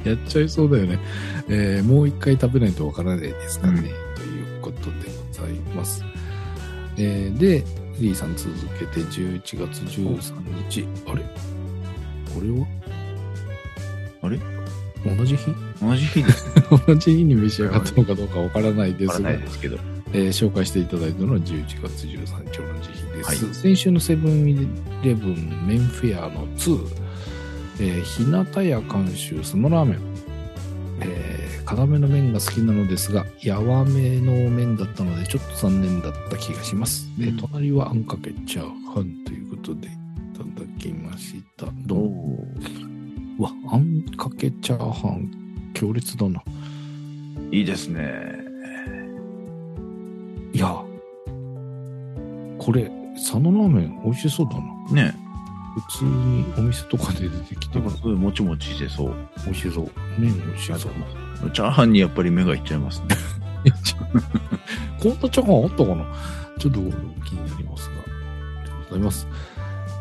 い。やっちゃいそうだよね。えーもう一回食べないとわからないですからね。うんということでございます。えーで、リーさん続けて11月13日。あれこれはあれ同じ日 同じ日です同じ日に召し上がったのかどうかわからないでからすながい、ですけど。えー紹介していただいたのは11月13日同じ日です。はい先週のセブンイレブンメンフェアの2、えー、日向屋監修そのラーメン。えー辛めの麺が好きなのですが、やわめの麺だったので、ちょっと残念だった気がします。でうん隣はあんかけチャーハンということで、いただきました。どうも。おうわ、あんかけチャーハン、強烈だな。いいですね。いや、これ、佐野ラーメン美味しそうだな。ね普通にお店とかで出てきだかてもらすごいもちもちしてそう。美味しそう。麺美味しそう。チャーハンにやっぱり目がいっちゃいます ね。いやちょこんなチャーハンあったかなちょっと気になりますが。ありがとうございます。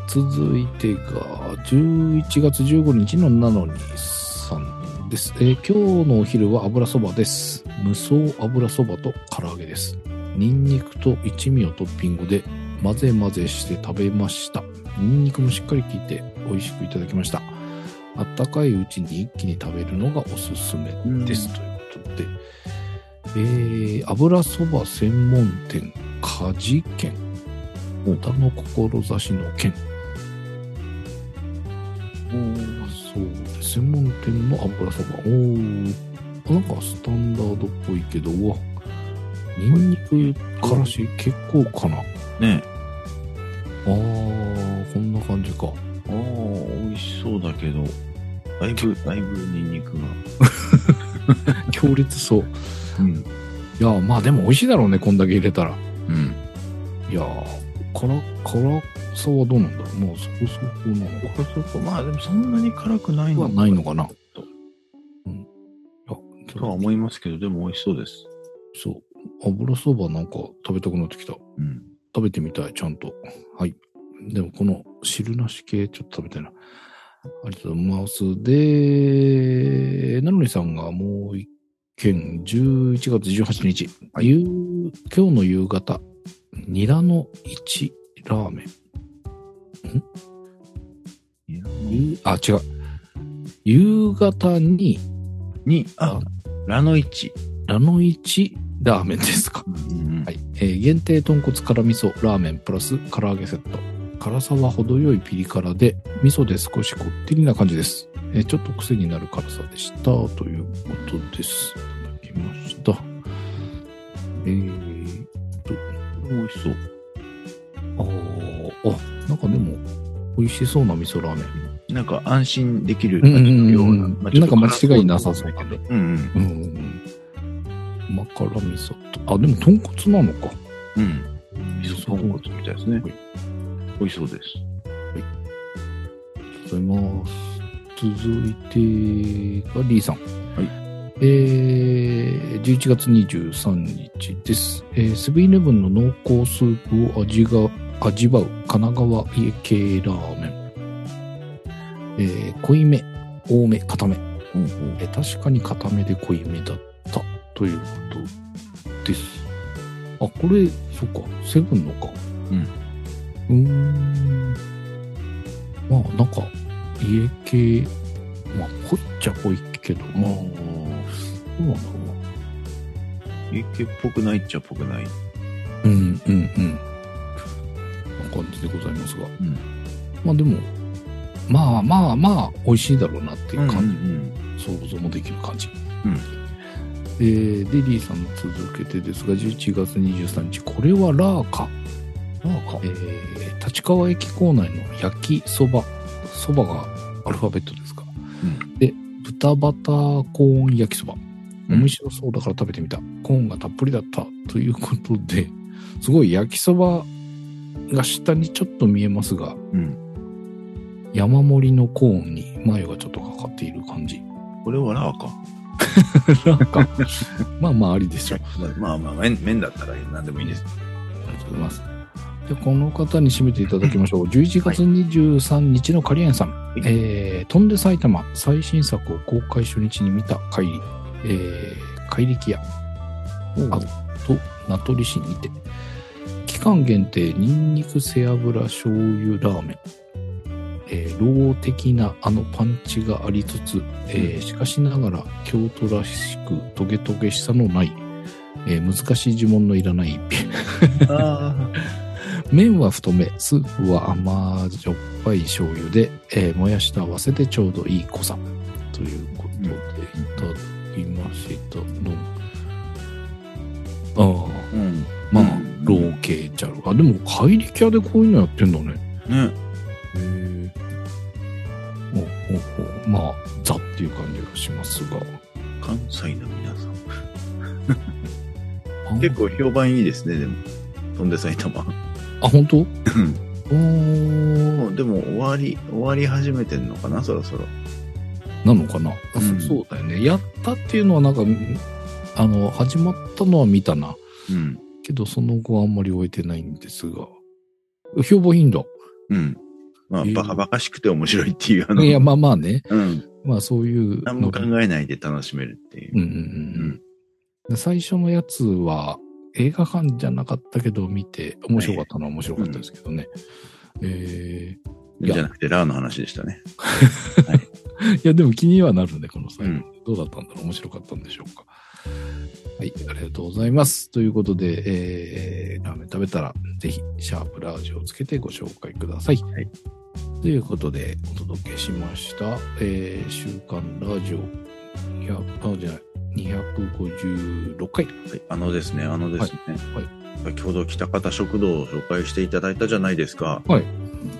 続いてが、11月15日のなのにさんです。えー今日のお昼は油そばです。無双油そばと唐揚げです。ニンニクと一味をトッピングで混ぜ混ぜして食べました。ニンニクもしっかり効いて美味しくいただきました。あったかいうちに一気に食べるのがおすすめです。ということで、えー、油そば専門店、かじけん。歌の志の剣。おーそうです。専門店の油そば。おーなんかスタンダードっぽいけど、うわニンニク、からし、結構かな。あねー、こんな感じか。ああ、美味しそうだけど、だいぶ、だいぶニンニクが。強烈そう。うん。いやー、まあでも美味しいだろうね、こんだけ入れたら。うん。いやー、辛、辛さはどうなんだろう。まあそこそこなのか。僕はそこ、まあでもそんなに辛くないのはないのかな。とうん。あ、そとは思いますけど、でも美味しそうです。そう。油そばなんか食べたくなってきた。うん。食べてみたい、ちゃんと。はい。でもこの汁なし系、ちょっと食べたいな。ありがとうございます。で、なのりさんがもう一件、11月18日、夕今日の夕方、ニラの一ラーメン。いやゆあ、違う。夕方に、に、あ、ラの1。ラの一ラーメンですか。うん。はいえー限定豚骨辛味噌ラーメンプラス唐揚げセット辛さは程よいピリ辛で味噌で少しこってりな感じです、えーちょっと癖になる辛さでしたということですいただきましたえー、美味しそう。あーあなんかでも美味しそうな味噌ラーメなんか安心できるうんうんうんような。まあちょっとなんか間違いなさそうだ辛ねそうだけどうんンうん甘辛味噌とあでも豚骨なのかうん。うん。味噌豚骨みたいですねはい。美味しそうです。ありがとうございます。続いてがリーさん。えー、11月23日です。えーセブンイレブンの濃厚スープを味が、味わう神奈川家系ラーメン。えー濃いめ、多め、固め。うんうん。えー確かに固めで濃いめだったということです。あ、これ、そっか、セブンのか。うん。ん。まあ、なんか、家系、まあ、濃いっちゃ濃いけど、まあ、どうなんだろうな。家系っぽくないっちゃっぽくない。うんうんうん。こんな感じでございますが。んまあでも、まあまあまあ、美味しいだろうなっていう感じ、うん想像もできる感じ。うんえーで、リーさん続けてですが、11月23日、これはラーカ。うん。なんかえー立川駅構内の焼きそば。そばがアルファベットですか。うんで、豚バターコーン焼きそば。うん面白そうだから食べてみた。コーンがたっぷりだった。ということで、すごい焼きそばが下にちょっと見えますが、うん。山盛りのコーンにマヨがちょっとかかっている感じ。これはラーか。なん か、まあまあありでしょう。まあまあ、麺麺だったら何でもいいです。ありがとうございます。で、この方に締めていただきましょう。11月23日のカリエンさん。いえー、飛んで埼玉最新作を公開初日に見た帰り、えー、怪力屋あと名取市にて、期間限定ニンニク背脂醤油ラーメン。えー、ロー的なあのパンチがありつつ、えーしかしながら京都らしくトゲトゲしさのない、えー難しい呪文のいらない一品。あ麺は太め、スープは甘じょっぱい醤油で、えーもやしと合わせてちょうどいい濃さ。ということで、いただシートの、ああ、うん。まあうん、ローケーチャル。あ、でも、怪力屋でこういうのやってんだね。ね。へえ。おおおまあ、ザっていう感じがしますが。関西の皆さん。あ結構評判いいですね、でも。飛んで埼玉。あ、本 当？おーもう、でも終わり、終わり始めてんのかな、そろそろ。なのかな、あうんそそうだよね。やったっていうのはなんか、うんあの、始まったのは見たな。うん。けど、その後はあんまり終えてないんですが。評判いいんだ。うん。まあ、えーバカバカしくて面白いっていう、あの、いや、まあまあね。うん。まあそういう何のもが。考えないで楽しめるっていううん。うんううんん。で最初のやつは映画館じゃなかったけど見て面白かったのは面白かったですけどね。えいやじゃなくて、ラーの話でしたね。ーいやでも気にはなるね、この際、うんどうだったんだろう面白かったんでしょうか。はい、ありがとうございます。ということで、えーラーメン食べたらぜひシャープラージをつけてご紹介ください。はいということでお届けしました。えー週刊ラジオ200、あ、じゃない、256回。はいあのですね、あのですね、はい先ほど北方食堂を紹介していただいたじゃないですか。はい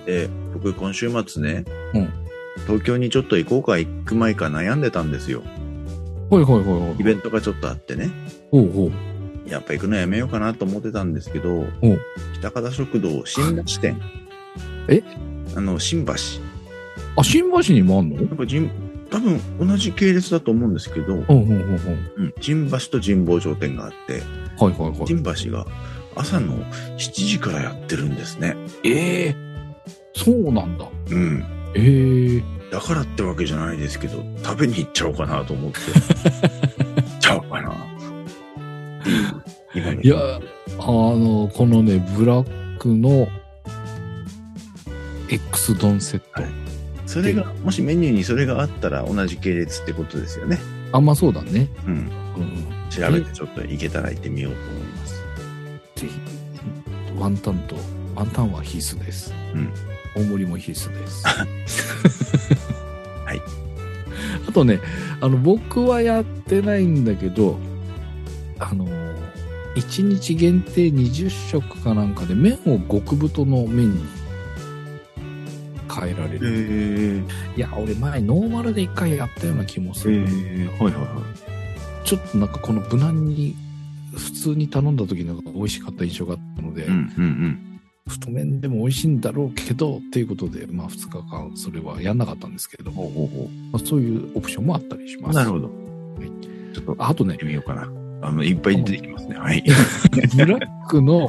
で、僕今週末ね、うん東京にちょっと行こうか行く前か悩んでたんですよ。はいはいはいはい。イベントがちょっとあってね、ほうほう。やっぱ行くのやめようかなと思ってたんですけどうん、北方食堂新橋店。えあの、新橋。あ、新橋にもあんのやっぱ人、多分同じ系列だと思うんですけど、うんうんうんうん。うん、新橋と神保町店があって、はいはいはい。新橋が朝の7時からやってるんですね。ええそうなんだ。うん。ええだからってわけじゃないですけど、食べに行っちゃおうかなと 思って。行っちゃおうかな。っていう今のいや、あの、このね、ブラックの X 丼セット。はいそれが、もしメニューにそれがあったら同じ系列ってことですよね。あんまあそうだね。うん。うん。調べてちょっと行けたら行ってみようと思います。ぜひ。ワンタンと、ワンタンは必須です。うん。。大盛りも必須です。はいあとね、あの、僕はやってないんだけど、あの、1日限定20食かなんかで麺を極太の麺に変えられへる。いや、俺前ノーマルで1回やったような気もする。はいはいはちょっとなんかこの無難に、普通に頼んだ時なんか美味しかった印象があったので、うんうん太麺でも美味しいんだろうけど、っていうことで、まあ2日間それはやんなかったんですけれどうん。ほも、うほうほまあ、そういうオプションもあったりしまう。す。なるほど。はいちょっと、行っ あとねて、みようかな。あの、いっぱい出てきますね。はい。ブラックいの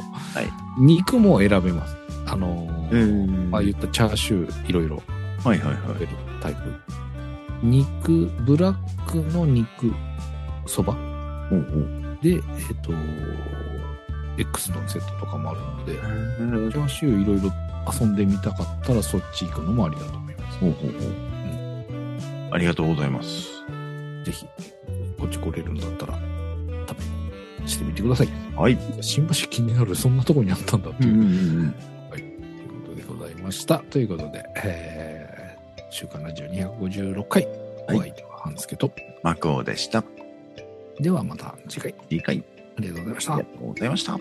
肉も選べます。あのーんまあはい言ったチャーシューいろいろはいは食べい。るタイプ。肉、ブラックの肉そばほうほう。で、えっ、と、X のセットとかもあるので、チャーシューいろいろ遊んでみたかったらそっち行くのもありだと思います。ほうほうほう。ありがとうございます。ぜひ、こっち来れるんだったら食べにしてみてください。はい。新橋気になる、そんなとこにあったんだっていう。ということでございました。ということで、えー、週刊ラジオ256回、はいお相手は半助と、マクオでした。ではまた次回、理解ありがとうございましあたりが。とうございました。